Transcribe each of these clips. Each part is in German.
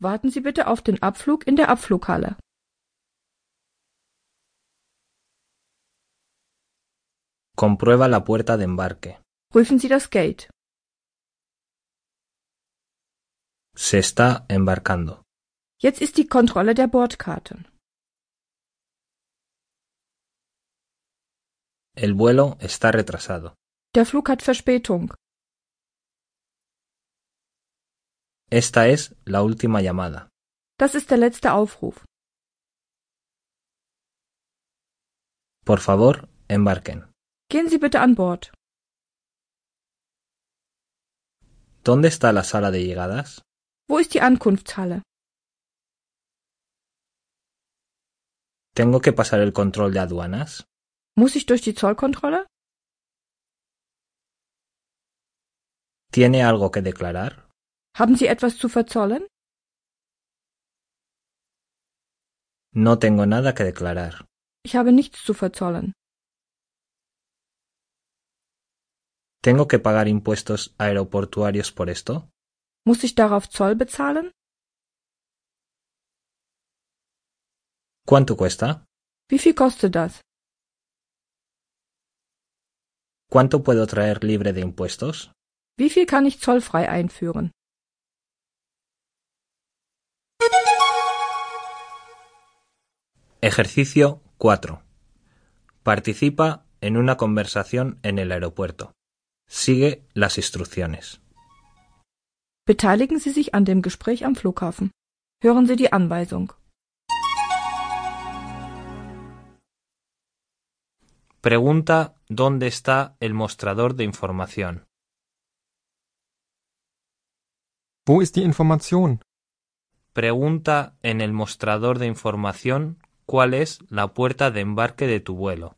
Warten Sie bitte auf den Abflug in der Abflughalle. Comprueba la puerta de embarque. Prüfen Sie das Gate. Se está embarcando. Jetzt ist die Kontrolle der Bordkarten. El vuelo está retrasado. Der Flug hat Verspätung. Esta es la última llamada. Das ist der letzte Aufruf. Por favor, embarquen. Gehen Sie bitte an Bord. ¿Dónde está la sala de llegadas? Wo ist die Ankunftshalle? ¿Tengo que pasar el control de aduanas? Muss ich durch die Zollkontrolle? ¿Tiene algo que declarar? Haben Sie etwas zu verzollen? No tengo nada que declarar. Ich habe nichts zu verzollen. ¿Tengo que pagar impuestos aeroportuarios por esto? Muss ich darauf Zoll bezahlen? ¿Cuánto cuesta? Wie viel kostet das? ¿Cuánto puedo traer libre de impuestos? Wie viel kann ich zollfrei einführen? Ejercicio 4. Participa en una conversación en el aeropuerto. Sigue las instrucciones. Beteiligen Sie sich an dem Gespräch am Flughafen. Hören Sie die Anweisung. Pregunta dónde está el mostrador de información. Wo ist die Information? Pregunta en el mostrador de información cuál es la puerta de embarque de tu vuelo.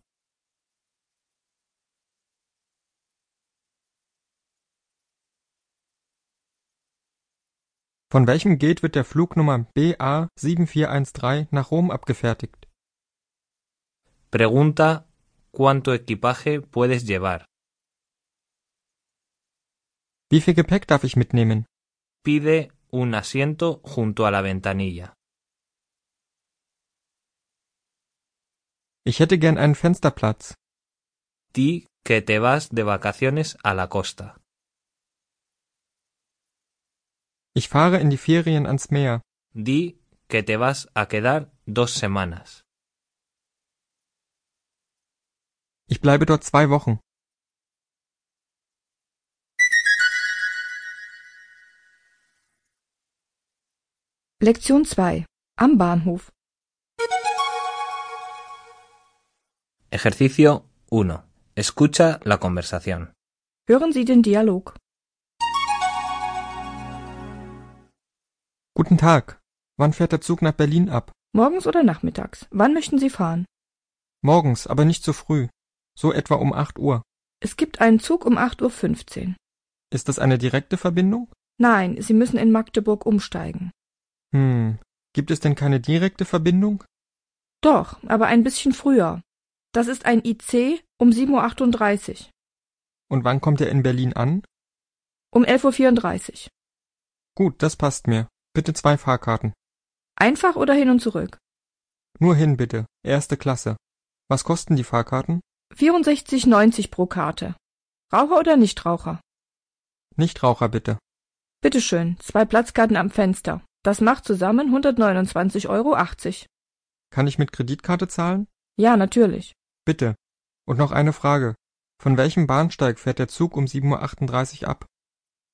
Von welchem Gate wird der Flugnummer BA 7413 nach Rom abgefertigt? Pregunta cuánto equipaje puedes llevar. Wie viel Gepäck darf ich mitnehmen? Pide un asiento junto a la ventanilla. Ich hätte gern einen Fensterplatz. Di que te vas de vacaciones a la costa. Ich fahre in die Ferien ans Meer. Di que te vas a quedar dos semanas. Ich bleibe dort zwei Wochen. Lektion 2. Am Bahnhof. Ejercicio 1. Escucha la conversación. Hören Sie den Dialog. Guten Tag. Wann fährt der Zug nach Berlin ab? Morgens oder nachmittags? Wann möchten Sie fahren? Morgens, aber nicht zu früh. So etwa um 8 Uhr. Es gibt einen Zug um 8.15 Uhr. Ist das eine direkte Verbindung? Nein, Sie müssen in Magdeburg umsteigen. Hm. Gibt es denn keine direkte Verbindung? Doch, aber ein bisschen früher. Das ist ein IC um 7.38 Uhr. Und wann kommt er in Berlin an? Um 11.34 Uhr. Gut, das passt mir. Bitte zwei Fahrkarten. Einfach oder hin und zurück? Nur hin bitte. Erste Klasse. Was kosten die Fahrkarten? 64,90 pro Karte. Raucher oder Nichtraucher? Nichtraucher bitte. Bitteschön, zwei Platzkarten am Fenster. Das macht zusammen 129,80 Euro. Kann ich mit Kreditkarte zahlen? Ja, natürlich. Bitte. Und noch eine Frage. Von welchem Bahnsteig fährt der Zug um 7.38 Uhr ab?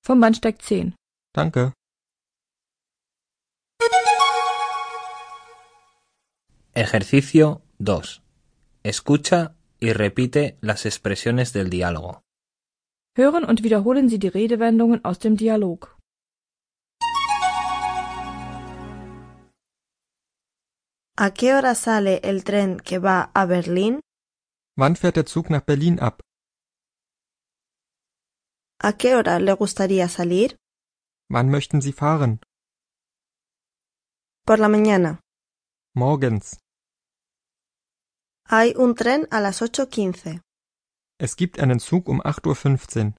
Vom Bahnsteig 10. Danke. Ejercicio 2. Escucha y repite las expresiones del diálogo. Hören und wiederholen Sie die Redewendungen aus dem Dialog. ¿A qué hora sale el tren que va a Berlín? Wann fährt der Zug nach Berlin ab? ¿A qué hora le gustaría salir? Wann möchten Sie fahren? Por la mañana. Morgens. Hay un tren a las 8.15. Es gibt einen Zug um 8.15 Uhr.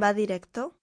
¿Va directo?